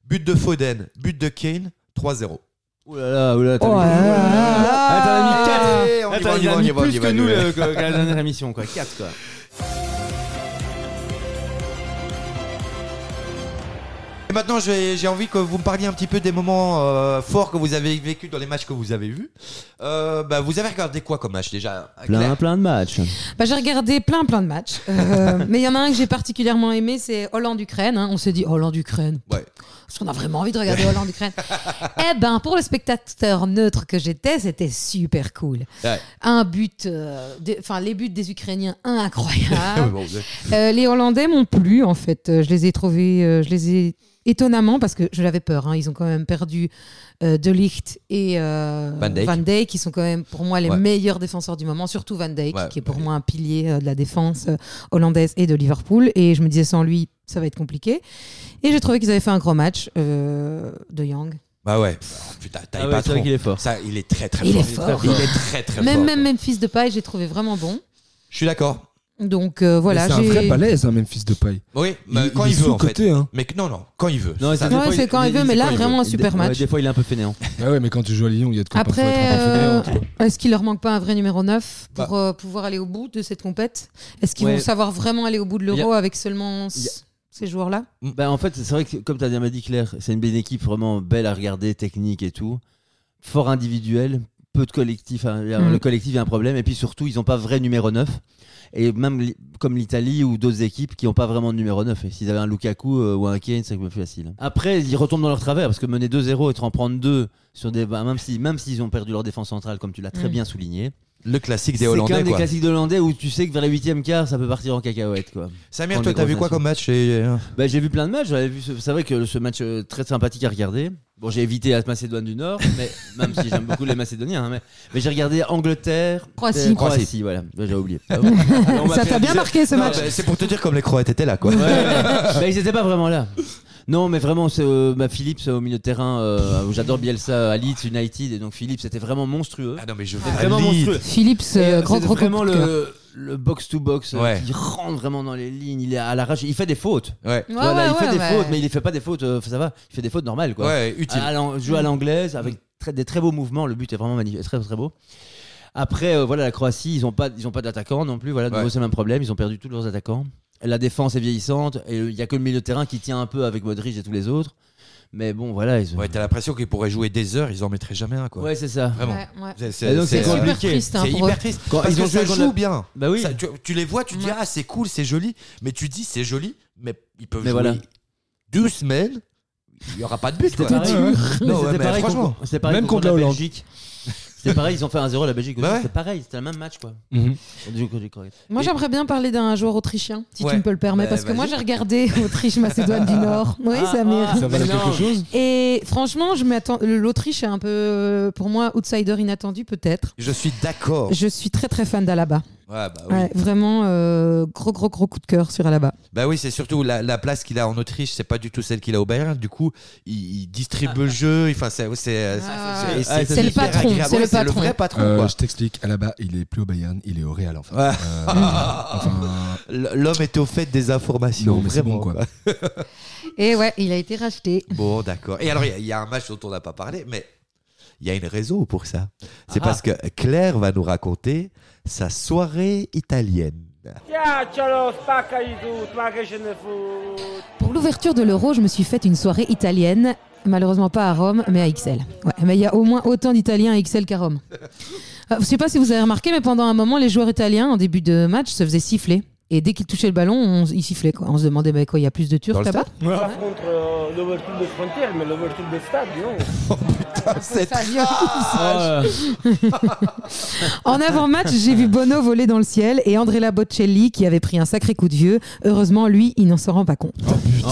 [SPEAKER 2] but de Foden, but de Kane, 3-0.
[SPEAKER 5] Oh là là, oh là, t'as
[SPEAKER 3] Oh
[SPEAKER 5] mis-
[SPEAKER 3] là là.
[SPEAKER 5] Ah, t'en as mis quatre.
[SPEAKER 2] Allez, on y va,
[SPEAKER 5] Ah, t'en
[SPEAKER 2] on y va,
[SPEAKER 5] as
[SPEAKER 2] on y
[SPEAKER 5] mis
[SPEAKER 2] va, on y
[SPEAKER 5] plus
[SPEAKER 2] va,
[SPEAKER 5] que
[SPEAKER 2] on y
[SPEAKER 5] nous
[SPEAKER 2] va.
[SPEAKER 5] le- que la dernière émission, quoi. 4 quoi.
[SPEAKER 2] Et maintenant, j'ai j'ai envie que vous me parliez un petit peu des moments euh, forts que vous avez vécu dans les matchs que vous avez vus. Euh, bah, vous avez regardé quoi comme match déjà Claire
[SPEAKER 5] Plein, plein de matchs.
[SPEAKER 2] Ah,
[SPEAKER 3] Bah, j'ai regardé plein plein de matchs, Euh, mais il y en a un que j'ai particulièrement aimé, c'est Hollande-Ukraine. hein. On s'est dit Hollande-Ukraine.
[SPEAKER 2] Ouais.
[SPEAKER 3] Parce qu'on a vraiment envie de regarder Hollande-Ukraine. eh ben, pour le spectateur neutre que j'étais, c'était super cool.
[SPEAKER 2] Ouais.
[SPEAKER 3] Un but, euh, des- enfin les buts des Ukrainiens, un
[SPEAKER 2] Ouais,
[SPEAKER 3] incroyable.
[SPEAKER 2] bon, vous-
[SPEAKER 3] Euh, les Hollandais m'ont plu en fait. Euh, Je les ai trouvés, euh, je les ai étonnamment parce que je l'avais peur. hein. Ils ont quand même perdu euh, De Ligt et euh,
[SPEAKER 2] Van Dijk.
[SPEAKER 3] qui sont quand même pour moi les
[SPEAKER 2] Ouais.
[SPEAKER 3] meilleurs défenseurs du moment. Surtout Van Dijk
[SPEAKER 2] Ouais,
[SPEAKER 3] qui est pour
[SPEAKER 2] ouais.
[SPEAKER 3] moi un pilier euh, de la défense euh, hollandaise et de Liverpool. Et je me disais sans lui ça va être compliqué. Et j'ai trouvé qu'ils avaient fait un gros match euh, de Young.
[SPEAKER 2] Bah ouais, Pff, putain, taille
[SPEAKER 5] Ah ouais,
[SPEAKER 2] pas
[SPEAKER 5] c'est vrai
[SPEAKER 2] trop.
[SPEAKER 5] qu'il est fort.
[SPEAKER 2] Ça, il est très très
[SPEAKER 3] Il
[SPEAKER 2] fort.
[SPEAKER 3] est fort.
[SPEAKER 2] Il est très très
[SPEAKER 3] Même
[SPEAKER 2] fort.
[SPEAKER 3] même même fils de paille, j'ai trouvé vraiment bon.
[SPEAKER 2] Je suis d'accord.
[SPEAKER 3] Donc euh, voilà,
[SPEAKER 4] Mais c'est un
[SPEAKER 3] j'ai-
[SPEAKER 4] vrai balèze, un Memphis de paille.
[SPEAKER 2] Oui, mais
[SPEAKER 4] Il-
[SPEAKER 2] Bah, quand
[SPEAKER 4] il
[SPEAKER 2] il,
[SPEAKER 4] est
[SPEAKER 2] veut en fait.
[SPEAKER 4] sous-coté, hein.
[SPEAKER 2] Mais que- non, non, quand il veveut.
[SPEAKER 5] Non,
[SPEAKER 2] Ça,
[SPEAKER 3] Ouais,
[SPEAKER 5] fois,
[SPEAKER 3] c'est
[SPEAKER 5] il-
[SPEAKER 3] quand il veut, mais là, vraiment un
[SPEAKER 5] Des-
[SPEAKER 3] super
[SPEAKER 5] ouais,
[SPEAKER 3] match.
[SPEAKER 5] Des fois, il est un peu fainéant.
[SPEAKER 4] Ah ouais, mais quand tu joues à Lyon, il y a de quoi parfois
[SPEAKER 3] Après,
[SPEAKER 4] être un peu
[SPEAKER 3] euh,
[SPEAKER 4] fainéant, quoi.
[SPEAKER 3] est-ce qu'il leur manque pas un vrai numéro 9 pour
[SPEAKER 2] Bah.
[SPEAKER 3] euh, pouvoir aller au bout de cette compète Est-ce qu'ils
[SPEAKER 5] Ouais.
[SPEAKER 3] vont savoir vraiment aller au bout de
[SPEAKER 5] Il y a-
[SPEAKER 3] l'euro avec seulement
[SPEAKER 5] il y a-
[SPEAKER 3] c- ces joueurs-là
[SPEAKER 5] Bah, en fait, c'est vrai que, comme tu as bien dit, Claire, c'est une belle équipe vraiment belle à regarder, technique et tout. Fort individuel, peu de collectif. hein.
[SPEAKER 3] Mm.
[SPEAKER 5] Le collectif est un problème. Et puis surtout, ils n'ont pas vrai numéro 9. Et même li- comme l'Italie ou d'autres équipes qui n'ont pas vraiment de numéro 9. Et s'ils avaient un Lukaku euh, ou un Kane, c'est plus facile. Après, ils retombent dans leur travers parce que mener 2-0 et te en prendre 2 sur des. bah, même s'ils si, même s'ils ont perdu leur défense centrale, comme tu l'as très
[SPEAKER 3] Mm.
[SPEAKER 5] bien souligné.
[SPEAKER 2] Le classique des
[SPEAKER 5] C'est quand
[SPEAKER 2] Hollandais
[SPEAKER 5] même des
[SPEAKER 2] quoi.
[SPEAKER 5] classiques de hollandais où tu sais que vers les 8 quart, ça peut partir en cacahuète. Quoi.
[SPEAKER 2] Samir,
[SPEAKER 5] Dans
[SPEAKER 2] toi
[SPEAKER 5] les
[SPEAKER 2] t'as vu quoi
[SPEAKER 5] grosses
[SPEAKER 2] comme match euh, et...
[SPEAKER 5] Bah, j'ai vu plein de matchs. j'avais vu ce- C'est vrai que ce match euh, très sympathique à regarder. Bon, j'ai évité la Macédoine du Nord, mais même si j'aime beaucoup les Macédoniens, hein, mais, mais j'ai regardé Angleterre,
[SPEAKER 3] Croatie.
[SPEAKER 5] euh, Croatie, voilà. Bah, j'ai oublié. On m'a
[SPEAKER 3] Ça
[SPEAKER 5] fait
[SPEAKER 3] t'a bien
[SPEAKER 5] abuser.
[SPEAKER 3] marqué ce
[SPEAKER 2] Non,
[SPEAKER 3] match
[SPEAKER 2] bah, c'est pour te dire comme les Croates étaient là quoi.
[SPEAKER 5] Ouais, ouais. Bah, ils étaient pas vraiment là. Non, mais vraiment, c'est, euh, bah, Philips euh, au milieu de terrain. euh, où J'adore Bielsa à Leeds United, et donc Philips, c'était vraiment monstrueux.
[SPEAKER 2] Ah non mais je
[SPEAKER 5] Ah, vraiment monstrueux.
[SPEAKER 3] Philippe,
[SPEAKER 5] Et, euh,
[SPEAKER 3] ce grand
[SPEAKER 5] c'est
[SPEAKER 3] gros
[SPEAKER 5] vraiment
[SPEAKER 3] coup de cœur.
[SPEAKER 5] le, le box to box euh,
[SPEAKER 2] Ouais.
[SPEAKER 5] qui rentre vraiment dans les lignes. Il est à l'arrache. Il fait des fautes.
[SPEAKER 2] Ouais.
[SPEAKER 3] Ouais,
[SPEAKER 5] Voilà, il
[SPEAKER 3] ouais,
[SPEAKER 5] fait des
[SPEAKER 3] ouais,
[SPEAKER 5] fautes,
[SPEAKER 3] ouais.
[SPEAKER 5] mais il fait pas des fautes. euh, ça va. Il fait des fautes normales, quoi.
[SPEAKER 2] Ouais, Mm. utile.
[SPEAKER 5] À l'an- jouer
[SPEAKER 3] Mm.
[SPEAKER 5] à l'anglaise avec très- des très beaux mouvements. Le but est vraiment magnifique, très très beau. Après, euh, voilà, la Croatie, ils n'ont pas, ils ont pas d'attaquants non plus. Voilà, de
[SPEAKER 2] Ouais.
[SPEAKER 5] nouveau, c'est le même problème. Ils ont perdu tous leurs attaquants. La défense est vieillissante. Et il y a que le milieu de terrain qui tient un peu avec Modric et tous les autres. Mais bon, voilà. Ils...
[SPEAKER 2] Ouais, t'as l'impression qu'ils pourraient jouer des heures, ils en mettraient jamais un quoi.
[SPEAKER 5] Ouais, c'est ça.
[SPEAKER 2] Vraiment.
[SPEAKER 3] Ouais, ouais.
[SPEAKER 2] C'est-
[SPEAKER 5] Et donc,
[SPEAKER 3] C'est
[SPEAKER 5] Ah c'est
[SPEAKER 3] super
[SPEAKER 5] compliqué.
[SPEAKER 3] triste hein,
[SPEAKER 2] c'est
[SPEAKER 3] pour eux.
[SPEAKER 2] hyper triste.
[SPEAKER 5] Quand
[SPEAKER 2] Parce
[SPEAKER 5] ils ont
[SPEAKER 2] que ça
[SPEAKER 5] joué contre la-
[SPEAKER 2] joue bien.
[SPEAKER 5] Bah oui.
[SPEAKER 2] Ça, tu, tu les vois, tu te dis
[SPEAKER 3] Ouais.
[SPEAKER 2] ah c'est cool, c'est joli, mais tu te dis c'est joli, mais ils peuvent
[SPEAKER 5] Mais
[SPEAKER 2] jouer
[SPEAKER 5] voilà.
[SPEAKER 2] deux semaines, il y aura pas de but. quoi.
[SPEAKER 5] pareil, ouais. Mais
[SPEAKER 2] Non, ouais,
[SPEAKER 5] c'était
[SPEAKER 2] mais
[SPEAKER 5] pareil
[SPEAKER 2] franchement.
[SPEAKER 5] contre- c'était pareil
[SPEAKER 4] Même contre la
[SPEAKER 5] la
[SPEAKER 4] Hollande.
[SPEAKER 5] Belgique. C'était pareil, ils ont fait 1-0 à la Belgique. aussi.
[SPEAKER 2] Bah ouais.
[SPEAKER 5] C'était pareil, c'était le même match quoi.
[SPEAKER 2] Mmh.
[SPEAKER 4] Mhm.
[SPEAKER 5] Du coup, du coup, correct.
[SPEAKER 3] Moi, j'aimerais bien parler d'un joueur autrichien, si
[SPEAKER 2] Ouais.
[SPEAKER 3] tu me peux le permettre,
[SPEAKER 2] Bah,
[SPEAKER 3] parce que moi,
[SPEAKER 2] vas-y.
[SPEAKER 3] j'ai regardé Autriche-Macédoine du Nord. Oui,
[SPEAKER 5] Ah,
[SPEAKER 3] Samir.
[SPEAKER 5] ah,
[SPEAKER 4] Ça valait
[SPEAKER 5] mais non.
[SPEAKER 4] quelque chose
[SPEAKER 3] Et franchement, je m'attends. L'Autriche est un peu, euh, pour moi, outsider inattendu peut-être.
[SPEAKER 2] Je suis d'accord.
[SPEAKER 3] Je suis très très fan d'Alaba.
[SPEAKER 2] Ouais, bah oui.
[SPEAKER 3] Ouais, vraiment, euh, gros gros gros coup de cœur sur Alaba.
[SPEAKER 2] Bah oui, c'est surtout la, la place qu'il a en Autriche, c'est pas du tout celle qu'il a au Bayern. Du coup, il, il distribue le jeu. Enfin, c'est c'est
[SPEAKER 3] Ah,
[SPEAKER 2] c'est-
[SPEAKER 3] ouais.
[SPEAKER 2] c'est-
[SPEAKER 5] C'est
[SPEAKER 2] c'est
[SPEAKER 5] le
[SPEAKER 2] hyper
[SPEAKER 3] patron,
[SPEAKER 2] agréable.
[SPEAKER 3] c'est le
[SPEAKER 2] Ouais, C'est le
[SPEAKER 3] patron.
[SPEAKER 2] vrai patron.
[SPEAKER 4] Euh,
[SPEAKER 2] quoi.
[SPEAKER 4] je t'explique, à la bas il est plus au Bayern, il est au Real enfin.
[SPEAKER 2] Ouais.
[SPEAKER 4] Euh, enfin,
[SPEAKER 2] Ah, L'homme est au fait des informations.
[SPEAKER 4] Non, mais c'est
[SPEAKER 2] vraiment,
[SPEAKER 4] bon, quoi.
[SPEAKER 3] Et ouais, il a été racheté.
[SPEAKER 2] Bon, d'accord. Et alors, il y a- il y, a un match dont on n'a pas parlé, mais il y a une raison pour ça. C'est
[SPEAKER 5] Ah.
[SPEAKER 2] parce que Claire va nous raconter sa soirée italienne.
[SPEAKER 3] Pour l'ouverture de l'Euro, je me suis faite une soirée italienne. Malheureusement pas à Rome, mais à XL. Ouais, mais il y a au moins autant d'Italiens à XL qu'à Rome. Euh, je sais pas si vous avez remarqué, mais pendant un moment, les joueurs italiens, en début de match, se faisaient siffler. Et dès qu'ils touchaient le ballon, on, ils sifflaient. quoi. On se demandait, mais quoi, il y a plus de
[SPEAKER 2] Dans
[SPEAKER 3] Turcs
[SPEAKER 2] le
[SPEAKER 3] là-bas
[SPEAKER 2] stade
[SPEAKER 6] contre euh, l'ouverture de frontière, mais l'ouverture de stade, non
[SPEAKER 3] Ah,
[SPEAKER 2] C'est
[SPEAKER 5] Ah,
[SPEAKER 3] En avant-match, j'ai vu Bono voler dans le ciel et Andrea Bocelli qui avait pris un sacré coup de vieux. Heureusement, lui, il n'en se rend pas compte.
[SPEAKER 5] Oh,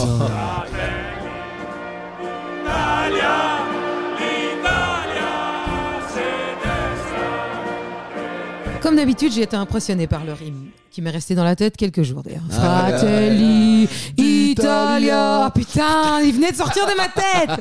[SPEAKER 3] Comme d'habitude, j'ai été impressionné par le rime qui m'est resté dans la tête quelques jours d'ailleurs.
[SPEAKER 5] Ah, ouais.
[SPEAKER 3] Fratelli Italia. Ah, Putain, il venait de sortir de ma tête.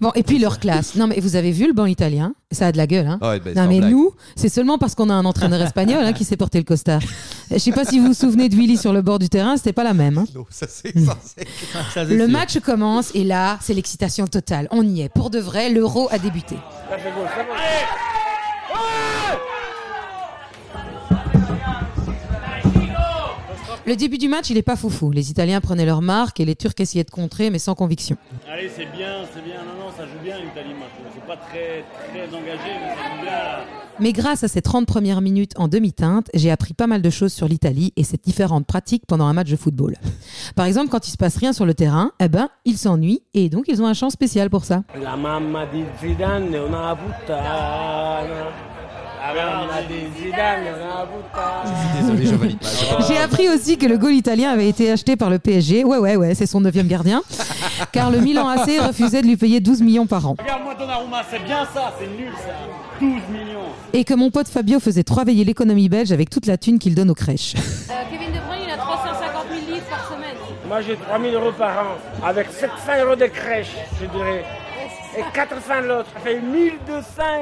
[SPEAKER 3] Bon, et puis leur classe. Non, mais vous avez vu le banc italien Ça a de la gueule.
[SPEAKER 5] Oh,
[SPEAKER 3] Hein
[SPEAKER 2] Ouais, ben,
[SPEAKER 3] non,
[SPEAKER 2] sans
[SPEAKER 3] mais
[SPEAKER 2] blague.
[SPEAKER 3] nous, c'est seulement parce qu'on a un entraîneur espagnol hein, qui s'est porté le costard. Je sais pas si vous vous souvenez de Willy sur le bord du terrain, c'était pas la même. hein.
[SPEAKER 2] Non, ça c'est ça, c'est-
[SPEAKER 3] Le match commence et là, c'est l'excitation totale. On y est. Pour de vrai, l'euro a débuté. Le début du match, il est pas foufou. Les Italiens prenaient leur marque et les Turcs essayaient de contrer, mais sans conviction.
[SPEAKER 6] Allez, c'est bien, c'est bien. Non, non, ça joue bien l'Italie maintenant. C'est pas très, très engagé, mais ça joue bien. là.
[SPEAKER 3] Mais grâce à ces 30 premières minutes en demi-teinte, j'ai appris pas mal de choses sur l'Italie et ses différentes pratiques pendant un match de football. Par exemple, quand il se passe rien sur le terrain, eh ben, ils s'ennuient et donc ils ont un champ spécial pour ça.
[SPEAKER 6] La mamma di Zidane è una puttana. La mamma di Zidane è una puttana.
[SPEAKER 5] Désolé, je valide pas.
[SPEAKER 3] J'ai appris aussi que le goal italien avait été acheté par le PSG. Ouais, ouais, ouais, c'est son neuvième gardien. Car le Milan AC refusait de lui payer 12 millions par an.
[SPEAKER 6] Regarde-moi Donnarumma, c'est bien ça, c'est nul ça. 12 millions.
[SPEAKER 3] Et que mon pote Fabio faisait travailler l'économie belge avec toute la thune qu'il donne aux crèches.
[SPEAKER 9] Kevin De Bruyne, il a 350 000 livres par semaine.
[SPEAKER 6] Moi j'ai 3000 euros par an, avec 700 euros de crèche, je dirais. Et 400 l'autre. Ça fait 1200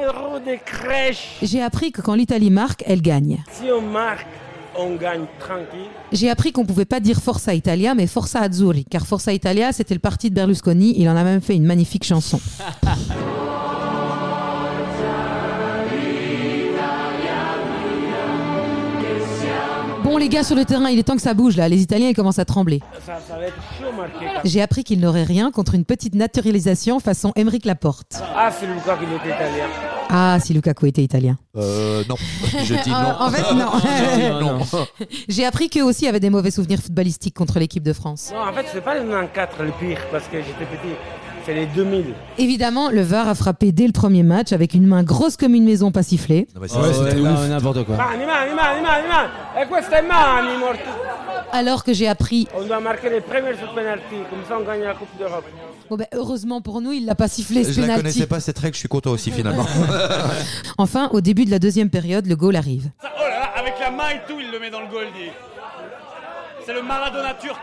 [SPEAKER 6] euros de crèche.
[SPEAKER 3] J'ai appris que quand l'Italie marque, elle gagne.
[SPEAKER 6] Si on marque, on gagne tranquille.
[SPEAKER 3] J'ai appris qu'on pouvait pas dire Forza Italia, mais Forza Azzurri, car Forza Italia, c'était le parti de Berlusconi. Il en a même fait une magnifique chanson. Bon, les gars, sur le terrain, il est temps que ça bouge, là. Les Italiens, ils commencent à trembler.
[SPEAKER 6] Ça, ça va être chaud marqué.
[SPEAKER 3] J'ai appris qu'ils n'auraient rien contre une petite naturalisation façon Émeric Laporte.
[SPEAKER 6] Ah, c'est Lucas qui est italien.
[SPEAKER 3] Ah, si Lukaku était italien.
[SPEAKER 2] Euh, non, je dis non.
[SPEAKER 3] Ah, en fait, non.
[SPEAKER 2] non.
[SPEAKER 5] Ah,
[SPEAKER 3] J'ai appris qu'eux aussi avaient des mauvais souvenirs footballistiques contre l'équipe de France.
[SPEAKER 6] Non, en fait, c'est pas le 94 le pire, parce que j'étais petit. C'est les 2000.
[SPEAKER 3] Évidemment, le VAR a frappé dès le premier match avec une main grosse comme une maison pas sifflée.
[SPEAKER 2] Non, mais ça,
[SPEAKER 5] Ouais,
[SPEAKER 2] c'est-
[SPEAKER 5] ouais, là, n'importe quoi.
[SPEAKER 6] Mani, mani, mani, mani, mani. Et queste mani, morti.
[SPEAKER 3] Alors que j'ai appris,
[SPEAKER 6] On doit marquer les premiers sur penalty, comme ça on gagne la Coupe d'Europe.
[SPEAKER 3] bon ben, heureusement pour nous, il l'a pas sifflé ce
[SPEAKER 2] je la
[SPEAKER 3] penalty.
[SPEAKER 2] connaissais pas cette règle, je suis content aussi finalement.
[SPEAKER 3] Enfin, au début de la deuxième période, le goal arrive.
[SPEAKER 6] Ça, oh là là, avec la main et tout, il le met dans le goal, dit. C'est le Maradona turc.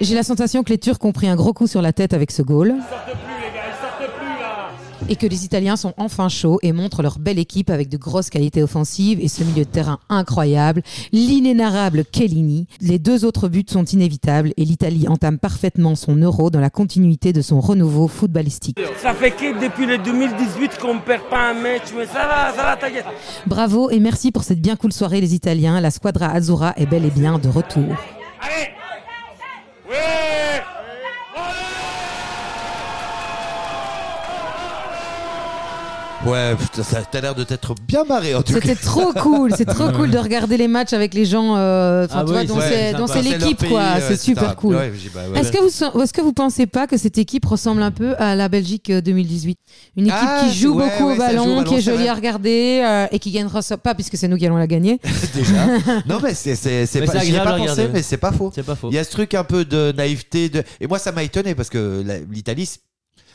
[SPEAKER 3] J'ai la sensation que les Turcs ont pris un gros coup sur la tête avec ce goal
[SPEAKER 6] Ils sortent plus, les gars, ils sortent plus là.
[SPEAKER 3] et que les Italiens sont enfin chauds et montrent leur belle équipe avec de grosses qualités offensives et ce milieu de terrain incroyable, l'inénarrable Kellini. Les deux autres buts sont inévitables et l'Italie entame parfaitement son euro dans la continuité de son renouveau footballistique.
[SPEAKER 6] Ça fait que depuis le 2018 qu'on perd pas un match, mais ça va, ça va, t'inquiète.
[SPEAKER 3] Bravo et merci pour cette bien cool soirée les Italiens. La squadra Azzurra est bel et bien de retour.
[SPEAKER 6] Allez Ouais
[SPEAKER 2] ouais, putain, ça- t'as l'air de t'être bien marré en tout cas.
[SPEAKER 3] C'était trop cool, c'est trop cool de regarder les matchs avec les gens euh, enfin,
[SPEAKER 5] Ah
[SPEAKER 3] tu
[SPEAKER 5] oui,
[SPEAKER 3] vois, dont
[SPEAKER 5] ouais,
[SPEAKER 3] c'est
[SPEAKER 5] sympa.
[SPEAKER 3] dont c'est
[SPEAKER 2] leur
[SPEAKER 3] l'équipe
[SPEAKER 2] pays,
[SPEAKER 3] quoi,
[SPEAKER 2] ouais,
[SPEAKER 3] c'est super
[SPEAKER 2] ça.
[SPEAKER 3] cool.
[SPEAKER 2] Ouais, j'ai- bah, ouais.
[SPEAKER 3] Est-ce que vous est-ce que vous pensez pas que cette équipe ressemble un peu à la Belgique euh, 2018 Une équipe
[SPEAKER 2] Ah,
[SPEAKER 3] qui joue
[SPEAKER 2] ouais,
[SPEAKER 3] beaucoup
[SPEAKER 2] ouais,
[SPEAKER 3] au
[SPEAKER 2] ça joue au
[SPEAKER 3] ballon,
[SPEAKER 2] ballon,
[SPEAKER 3] qui est
[SPEAKER 2] c'est
[SPEAKER 3] jolie
[SPEAKER 2] vrai.
[SPEAKER 3] à regarder euh, et qui gagnera ça- pas puisque c'est nous qui allons la gagner.
[SPEAKER 2] déjà Non mais c'est c'est c'est
[SPEAKER 5] Mais
[SPEAKER 2] pas
[SPEAKER 5] c'est
[SPEAKER 2] j'y ai
[SPEAKER 5] agréable
[SPEAKER 2] pas
[SPEAKER 5] à
[SPEAKER 2] pensé
[SPEAKER 5] regarder.
[SPEAKER 2] mais c'est pas faux.
[SPEAKER 5] C'est pas faux.
[SPEAKER 2] Il y a ce truc un peu de naïveté de et moi ça m'a étonné parce que la- l'Italie c'est-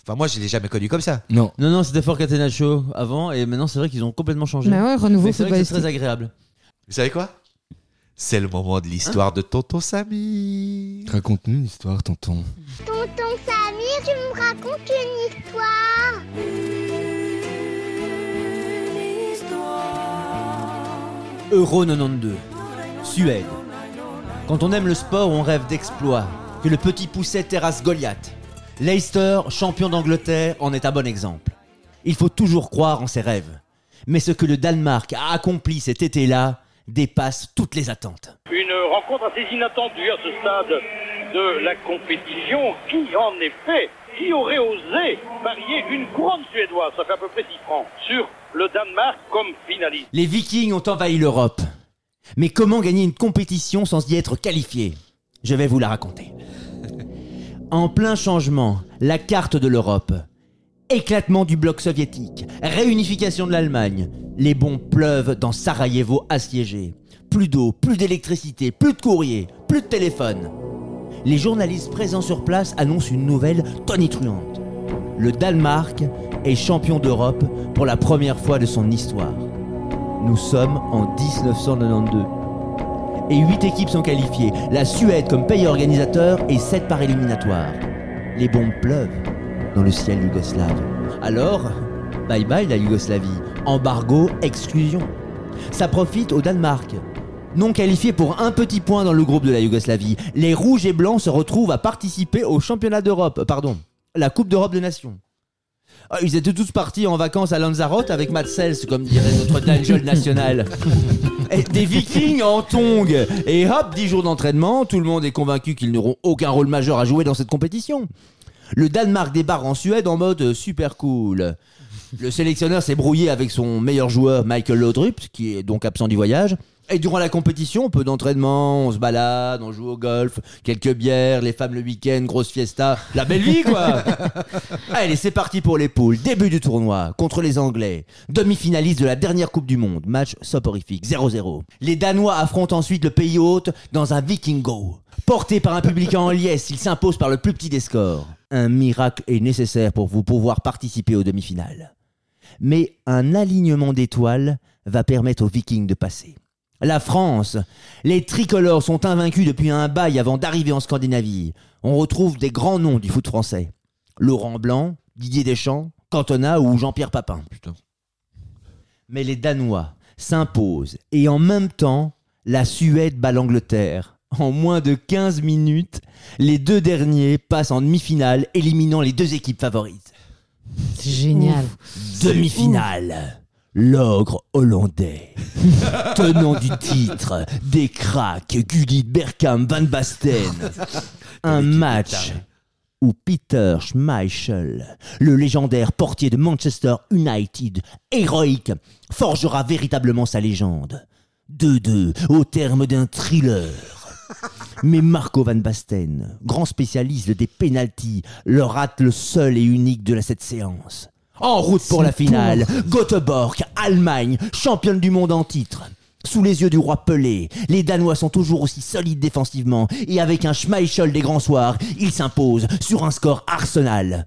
[SPEAKER 2] enfin moi je l'ai jamais connu comme ça.
[SPEAKER 4] Non.
[SPEAKER 5] Non, non, c'était Fort Catenaccio avant, et maintenant c'est vrai qu'ils ont complètement changé.
[SPEAKER 3] Bah ouais, renouveau
[SPEAKER 5] Mais c'est vrai que c'est
[SPEAKER 3] footballistique.
[SPEAKER 5] très agréable.
[SPEAKER 2] Vous savez quoi C'est le moment de l'histoire de tonton Samy.
[SPEAKER 3] Ah.
[SPEAKER 4] Raconte-nous une histoire, tonton.
[SPEAKER 12] Tonton Samir, tu me racontes une histoire
[SPEAKER 5] Euro 92, Suède. Quand on aime le sport, on rêve d'exploits. Que le petit pousset terrasse Goliath. Leicester, champion d'Angleterre, en est un bon exemple. Il faut toujours croire en ses rêves. Mais ce que le Danemark a accompli cet été-là dépasse toutes les attentes.
[SPEAKER 13] Une rencontre assez inattendue à ce stade de la compétition. Qui, en effet, qui aurait osé parier une couronne suédoise, ça fait à peu près 10 francs, sur le Danemark comme finaliste
[SPEAKER 5] Les Vikings ont envahi l'Europe. Mais comment gagner une compétition sans y être qualifié Je vais vous la raconter. En plein changement, la carte de l'Europe. Éclatement du bloc soviétique, réunification de l'Allemagne. Les bombes pleuvent dans Sarajevo assiégé. Plus d'eau, plus d'électricité, plus de courrier, plus de téléphone. Les journalistes présents sur place annoncent une nouvelle tonitruante. Le Danemark est champion d'Europe pour la première fois de son histoire. Nous sommes en 1992. Et 8 équipes sont qualifiées, la Suède comme pays organisateur et 7 par éliminatoire. Les bombes pleuvent dans le ciel yougoslave. Alors, bye bye la Yougoslavie, embargo, exclusion. Ça profite au Danemark. Non qualifié pour un petit point dans le groupe de la Yougoslavie, les rouges et blancs se retrouvent à participer au championnat d'Europe, euh, pardon, la Coupe d'Europe des Nations. Ah, Ils étaient tous partis en vacances à Lanzarote avec Matt Sells, comme dirait notre Daniel national. Et des vikings en tongs Et hop, 10 jours d'entraînement, tout le monde est convaincu qu'ils n'auront aucun rôle majeur à jouer dans cette compétition. Le Danemark débarque en Suède en mode euh, super cool. Le sélectionneur s'est brouillé avec son meilleur joueur Michael Laudrup, qui est donc absent du voyage. Et durant la compétition, peu d'entraînement, on se balade, on joue au golf, quelques bières, les femmes le week-end, grosse fiesta, la belle vie quoi Allez, c'est parti pour les poules. Début du tournoi contre les Anglais. Demi-finaliste de la dernière Coupe du Monde. Match soporifique, 0-0. Les Danois affrontent ensuite le pays hôte dans un Vikingo. Porté par un public en liesse, il s'impose par le plus petit des scores. Un miracle est nécessaire pour vous pouvoir participer aux demi-finales. Mais un alignement d'étoiles va permettre aux Vikings de passer. La France. Les tricolores sont invaincus depuis un bail avant d'arriver en Scandinavie. On retrouve des grands noms du foot français. Laurent Blanc, Didier Deschamps, Cantona ou Jean-Pierre Papin. Mais les Danois s'imposent et en même temps, la Suède bat l'Angleterre. En moins de 15 minutes, les deux derniers passent en demi-finale, éliminant les deux équipes favorites.
[SPEAKER 3] C'est génial.
[SPEAKER 5] Demi-finale. L'ogre hollandais. Tenant du titre, des cracks, Gullit, Berkham, Van Basten. Un match où Peter Schmeichel, le légendaire portier de Manchester United, héroïque, forgera véritablement sa légende. 2-2 au terme d'un thriller. Mais Marco Van Basten, grand spécialiste des pénalties, leur rate le seul et unique de la- cette séance. En route pour la finale, Göteborg, Allemagne, championne du monde en titre. Sous les yeux du roi Pelé, les Danois sont toujours aussi solides défensivement et avec un Schmeichel des grands soirs, ils s'imposent sur un score Arsenal.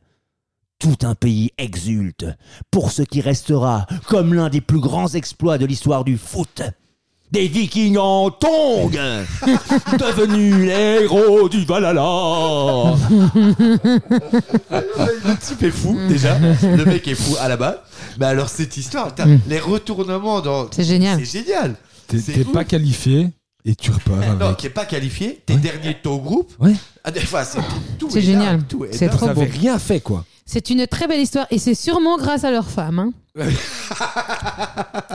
[SPEAKER 5] Tout un pays exulte pour ce qui restera comme l'un des plus grands exploits de l'histoire du foot. Des vikings en tongs Devenus les héros du Valhalla
[SPEAKER 2] Le type est Ah, fou
[SPEAKER 3] Mm.
[SPEAKER 2] déjà. Le mec est fou à la base. Mais alors cette histoire, putain,
[SPEAKER 4] Mm.
[SPEAKER 2] les retournements dans.
[SPEAKER 3] C'est génial.
[SPEAKER 2] C'est génial.
[SPEAKER 4] T'es
[SPEAKER 2] C'est
[SPEAKER 4] t'es
[SPEAKER 2] ouf.
[SPEAKER 4] pas qualifié et tu repars
[SPEAKER 2] Eh, Non,
[SPEAKER 4] avec.
[SPEAKER 2] qui est pas qualifié, t'es dernier de ton groupe. Ah, des fois, c'est tout.
[SPEAKER 3] C'est
[SPEAKER 2] est
[SPEAKER 3] génial.
[SPEAKER 2] dingue, tout est
[SPEAKER 3] C'est
[SPEAKER 2] dingue.
[SPEAKER 4] Ah
[SPEAKER 3] trop beau.
[SPEAKER 4] rien fait quoi.
[SPEAKER 3] C'est une très belle histoire et c'est sûrement grâce à leur femme. hein.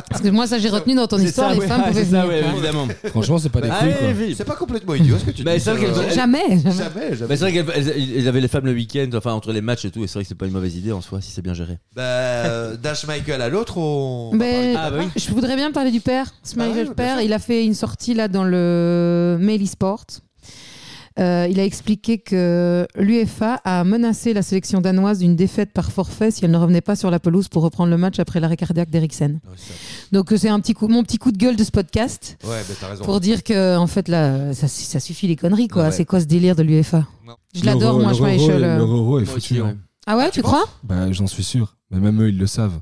[SPEAKER 3] Parce que moi, ça j'ai retenu dans ton
[SPEAKER 5] C'est
[SPEAKER 3] histoire,
[SPEAKER 5] ça,
[SPEAKER 3] les
[SPEAKER 5] ouais,
[SPEAKER 3] femmes
[SPEAKER 5] ouais,
[SPEAKER 3] pouvaient
[SPEAKER 5] c'est ça,
[SPEAKER 3] venir.
[SPEAKER 5] ouais,
[SPEAKER 3] quoi.
[SPEAKER 5] évidemment.
[SPEAKER 4] Franchement, c'est pas des
[SPEAKER 5] Bah,
[SPEAKER 4] couilles,
[SPEAKER 5] allez,
[SPEAKER 4] quoi.
[SPEAKER 5] vite.
[SPEAKER 2] C'est pas complètement idiot ce que tu
[SPEAKER 5] Bah,
[SPEAKER 2] dis. euh,
[SPEAKER 5] c'est vrai qu'elles ont-
[SPEAKER 3] Jamais, jamais.
[SPEAKER 2] Jamais, jamais.
[SPEAKER 5] Bah, c'est vrai qu'ils avaient les femmes le week-end, enfin entre les matchs et tout, et c'est vrai que c'est pas une mauvaise idée en soi si c'est bien géré.
[SPEAKER 2] Bah, euh, d'un Schmeichel à l'autre, on.
[SPEAKER 3] Mais
[SPEAKER 5] Ah, bah oui.
[SPEAKER 3] Je voudrais bien parler du père, Smiley
[SPEAKER 2] Ah ouais, bien
[SPEAKER 3] père. Il a fait une sortie là dans le Mail Sport. il a expliqué que l'UEFA a menacé la sélection danoise d'une défaite par forfait si elle ne revenait pas sur la pelouse pour reprendre le match après l'arrêt cardiaque d'Eriksen. Donc euh, c'est un petit coup, mon petit coup de gueule de ce podcast
[SPEAKER 2] Ouais, bah, t'as raison.
[SPEAKER 3] pour dire que en fait là, ça, ça suffit les conneries quoi.
[SPEAKER 2] Ah ouais.
[SPEAKER 3] C'est quoi ce délire de l'UEFA Je l'adore moi,
[SPEAKER 4] L'euro-
[SPEAKER 3] Schmeichel.
[SPEAKER 4] l'euro-
[SPEAKER 3] euh.
[SPEAKER 4] L'euro est foutu. hein.
[SPEAKER 3] Ah ouais, tu crois
[SPEAKER 4] Bah, j'en suis sûr. Mais même eux, ils le savent.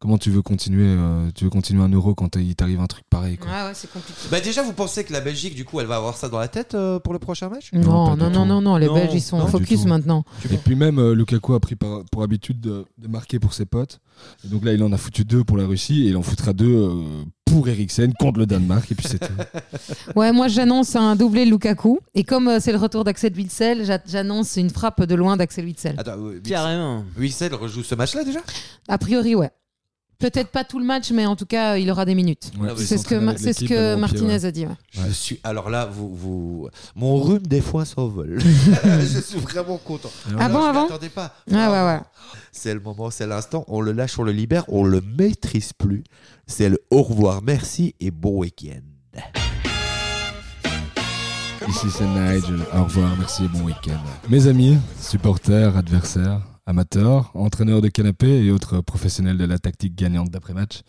[SPEAKER 4] Comment tu veux continuer euh, Tu veux continuer un euro quand il t'arrive un truc pareil quoi.
[SPEAKER 3] Ah Ouais, ouais, c'est compliqué.
[SPEAKER 2] Bah déjà, vous pensez que la Belgique, du coup, elle va avoir ça dans la tête euh, pour le prochain match
[SPEAKER 3] Non, non, non, non, non, les Belges, ils sont
[SPEAKER 4] Pas
[SPEAKER 3] en
[SPEAKER 4] du
[SPEAKER 3] focus
[SPEAKER 4] tout.
[SPEAKER 3] maintenant.
[SPEAKER 4] Et puis même, euh, Lukaku a pris par- pour habitude de, de marquer pour ses potes. Et donc là, il en a foutu deux pour la Russie et il en foutra deux euh, pour Eriksen contre le Danemark. Et puis c'est tout.
[SPEAKER 2] Ah,
[SPEAKER 3] Ouais, moi j'annonce un doublé de Lukaku. Et comme euh, c'est le retour d'Axel Witsel, j'a- j'annonce une frappe de loin d'Axel Witsel.
[SPEAKER 5] Carrément.
[SPEAKER 2] Wissel rejoue ce match-là déjà
[SPEAKER 3] A priori, ouais. Peut-être pas tout le match, mais en tout cas, il aura des minutes.
[SPEAKER 2] Ouais, il
[SPEAKER 3] c'est ce que,
[SPEAKER 2] s'entraîne
[SPEAKER 3] Ma-
[SPEAKER 2] avec
[SPEAKER 3] c'est ce
[SPEAKER 2] l'équipe,
[SPEAKER 3] que
[SPEAKER 2] ballon au pied,
[SPEAKER 3] Martinez
[SPEAKER 2] ouais.
[SPEAKER 3] a dit. ouais.
[SPEAKER 2] Je suis. Alors là, vous, vous... mon rhume des fois s'envole. je suis vraiment content.
[SPEAKER 3] Ah
[SPEAKER 2] Alors,
[SPEAKER 3] bon,
[SPEAKER 2] je m'y
[SPEAKER 3] avant
[SPEAKER 2] attendais pas.
[SPEAKER 3] Ah ouais, ouais.
[SPEAKER 2] C'est le moment, c'est l'instant. On le lâche, on le libère, on le maîtrise plus. C'est le au revoir, merci et bon week-end.
[SPEAKER 4] Ici c'est Nigel, au revoir, merci et bon week-end. Mes amis, supporters, adversaires, amateurs, entraîneurs de canapé et autres professionnels de la tactique gagnante d'après-match,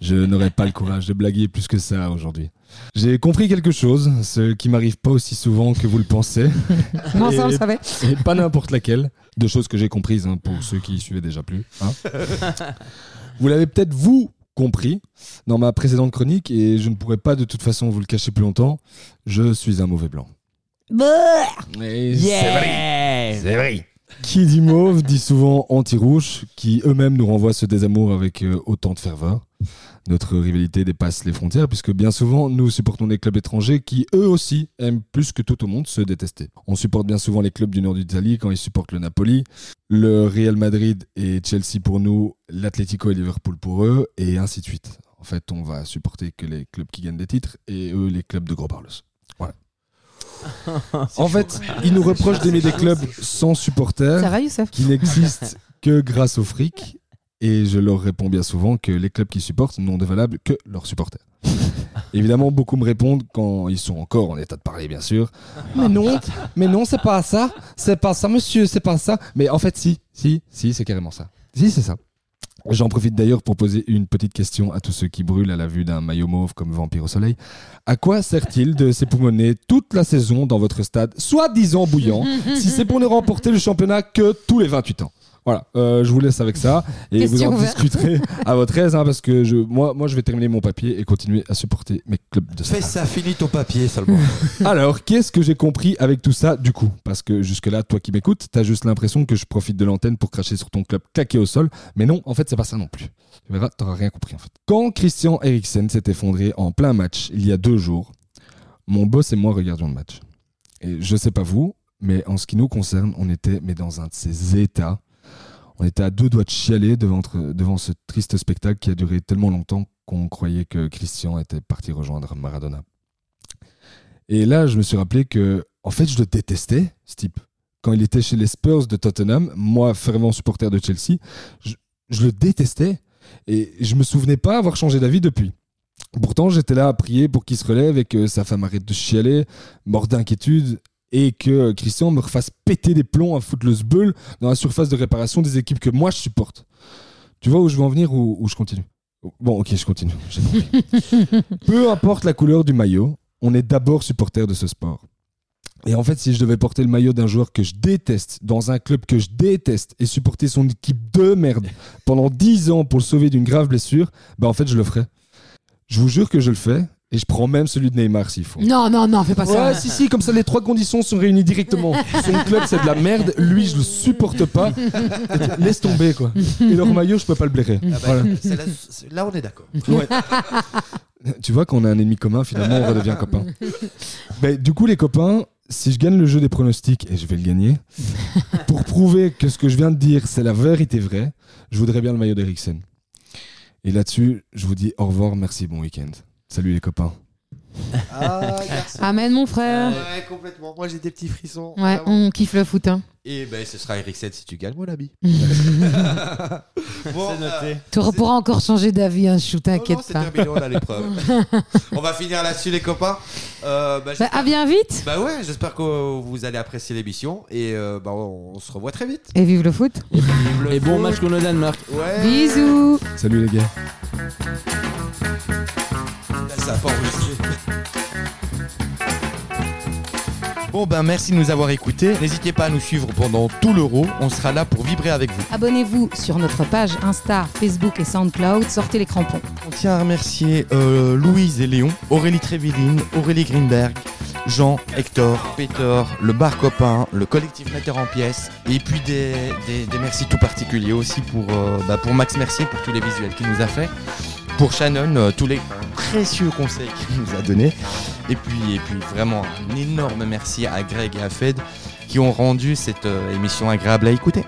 [SPEAKER 4] je n'aurais pas le courage de blaguer plus que ça aujourd'hui. J'ai compris quelque chose, ce qui m'arrive pas aussi souvent que vous le pensez.
[SPEAKER 3] Comment ça, on
[SPEAKER 4] Et-
[SPEAKER 3] le savait
[SPEAKER 4] Et pas n'importe laquelle. Deux choses que j'ai comprises hein, pour ceux qui suivaient déjà plus. hein. Vous l'avez peut-être vous compris dans ma précédente chronique et je ne pourrais pas de toute façon vous le cacher plus longtemps. Je suis un mauvais blanc. Et c'est vrai.
[SPEAKER 10] C'est vrai.
[SPEAKER 4] Qui dit mauve dit souvent anti-rouge, qui eux-mêmes nous renvoient ce désamour avec euh, autant de ferveur. Notre rivalité dépasse les frontières, puisque bien souvent, nous supportons des clubs étrangers qui, eux aussi, aiment plus que tout au monde se détester. On supporte bien souvent les clubs du nord d'Italie quand ils supportent le Napoli, le Real Madrid et Chelsea pour nous, l'Atlético et Liverpool pour eux, et ainsi de suite. En fait, on va supporter que les clubs qui gagnent des titres et eux, les clubs de gros parleuses. Voilà. En fait, ils nous reprochent d'aimer des clubs sans supporters
[SPEAKER 3] Ça va, Youssef
[SPEAKER 4] Euh, qui n'existent que grâce au fric. Et je leur réponds bien souvent que les clubs qui supportent n'ont de valable que leurs supporters. Évidemment, beaucoup me répondent quand ils sont encore en état de parler, bien sûr. Ah. Mais non, mais non, c'est pas ça, c'est pas ça, monsieur, c'est pas ça. Mais en fait, si, si, si, c'est carrément ça. Si, c'est ça. J'en profite d'ailleurs pour poser une petite question à tous ceux qui brûlent à la vue d'un maillot mauve comme vampire au soleil. À quoi sert-il de s'époumoner toute la saison dans votre stade, soi-disant bouillant, si c'est pour ne remporter le championnat que tous les 28 ans voilà, euh, je vous laisse avec ça et vous
[SPEAKER 14] Question
[SPEAKER 4] en
[SPEAKER 14] ouverte.
[SPEAKER 4] discuterez à votre aise hein, parce que je, moi, moi je vais terminer mon papier et continuer à supporter mes clubs de
[SPEAKER 2] Fais
[SPEAKER 4] stade.
[SPEAKER 2] ça, finis ton papier seulement.
[SPEAKER 4] Alors, qu'est-ce que j'ai compris avec tout ça du coup Parce que jusque-là, toi qui m'écoutes, t'as juste l'impression que je profite de l'antenne pour cracher sur ton club claqué au sol. Mais non, en fait, c'est pas ça non plus. Tu verras, t'auras rien compris en fait. Quand Christian Eriksen s'est effondré en plein match il y a deux jours, mon boss et moi regardions le match. Et je sais pas vous, mais en ce qui nous concerne, on était mais dans un de ces états. On était à deux doigts de chialer devant, devant ce triste spectacle qui a duré tellement longtemps qu'on croyait que Christian était parti rejoindre Maradona. Et là, je me suis rappelé que, en fait, je le détestais, ce type. Quand il était chez les Spurs de Tottenham, moi, fervent supporter de Chelsea, je, je le détestais. Et je me souvenais pas avoir changé d'avis depuis. Pourtant, j'étais là à prier pour qu'il se relève et que sa femme arrête de chialer, mort d'inquiétude, et que Christian me refasse péter des plombs à foutre le sbeul dans la surface de réparation des équipes que moi je supporte. Tu vois où je veux en venir ou, ou je continue Bon, ok, je continue. J'ai compris. Peu importe la couleur du maillot, on est d'abord supporter de ce sport. Et en fait, si je devais porter le maillot d'un joueur que je déteste, dans un club que je déteste, et supporter son équipe de merde pendant 10 ans pour le sauver d'une grave blessure, bah en fait, je le ferais. Je vous jure que je le fais, et je prends même celui de Neymar s'il faut.
[SPEAKER 3] Non, non, non, fais pas ça.
[SPEAKER 4] Ouais, si, si, comme ça, les trois conditions sont réunies directement. Son club, c'est de la merde. Lui, je le supporte pas. Laisse tomber, quoi. Et leur maillot, je peux pas le blairer.
[SPEAKER 2] Ah bah,
[SPEAKER 4] Voilà.
[SPEAKER 2] c'est là, c'est- là, on est d'accord.
[SPEAKER 4] Ouais. Tu vois qu'on a un ennemi commun, finalement, on redevient copains. Ben, du coup, les copains, si je gagne le jeu des pronostics, et je vais le gagner, pour prouver que ce que je viens de dire, c'est la vérité vraie, je voudrais bien le maillot d'Eriksen. Et là-dessus, je vous dis au revoir, merci, bon week-end. Salut les copains.
[SPEAKER 3] Amen, mon frère.
[SPEAKER 2] Ouais, complètement. Moi, j'ai des petits frissons.
[SPEAKER 3] Ouais, on kiffe le foot. hein.
[SPEAKER 2] Et ben, ce sera Eriksen si tu gagnes, mon ami.
[SPEAKER 5] C'est noté.
[SPEAKER 3] Tu pourras encore changer d'avis, hein, chou,
[SPEAKER 2] euh, Non,
[SPEAKER 3] t'inquiète
[SPEAKER 2] c'est
[SPEAKER 3] pas.
[SPEAKER 2] terminé, on a l'épreuve. on va finir là-dessus, les copains. Euh, bah,
[SPEAKER 3] Bah,
[SPEAKER 2] j'espère-
[SPEAKER 3] à bien vite
[SPEAKER 2] Bah ouais, j'espère que vous allez apprécier l'émission et euh, bah, on, on se revoit très vite.
[SPEAKER 3] Et vive le foot
[SPEAKER 5] Et bon match contre le Danemark.
[SPEAKER 2] Ouais.
[SPEAKER 3] Bisous
[SPEAKER 4] Salut les gars.
[SPEAKER 2] Ça a pas enregistré. Bon ben merci de nous avoir écoutés. N'hésitez pas à nous suivre pendant tout l'euro. On sera là pour vibrer avec vous.
[SPEAKER 3] Abonnez-vous sur notre page Insta, Facebook et SoundCloud. Sortez les crampons.
[SPEAKER 2] On tient à remercier euh, Louise et Léon, Aurélie Trévilline, Aurélie Greenberg, Jean, Hector, Peter, le bar copain, le collectif metteur en pièces, et puis des, des- des merci tout particuliers aussi pour, euh, bah, pour Max Mercier pour tous les visuels qu'il nous a fait, pour Shannon euh, tous les précieux conseils qu'il nous a donnés, et puis, et puis vraiment un énorme merci à Greg et à Fed qui ont rendu cette euh, émission agréable à écouter.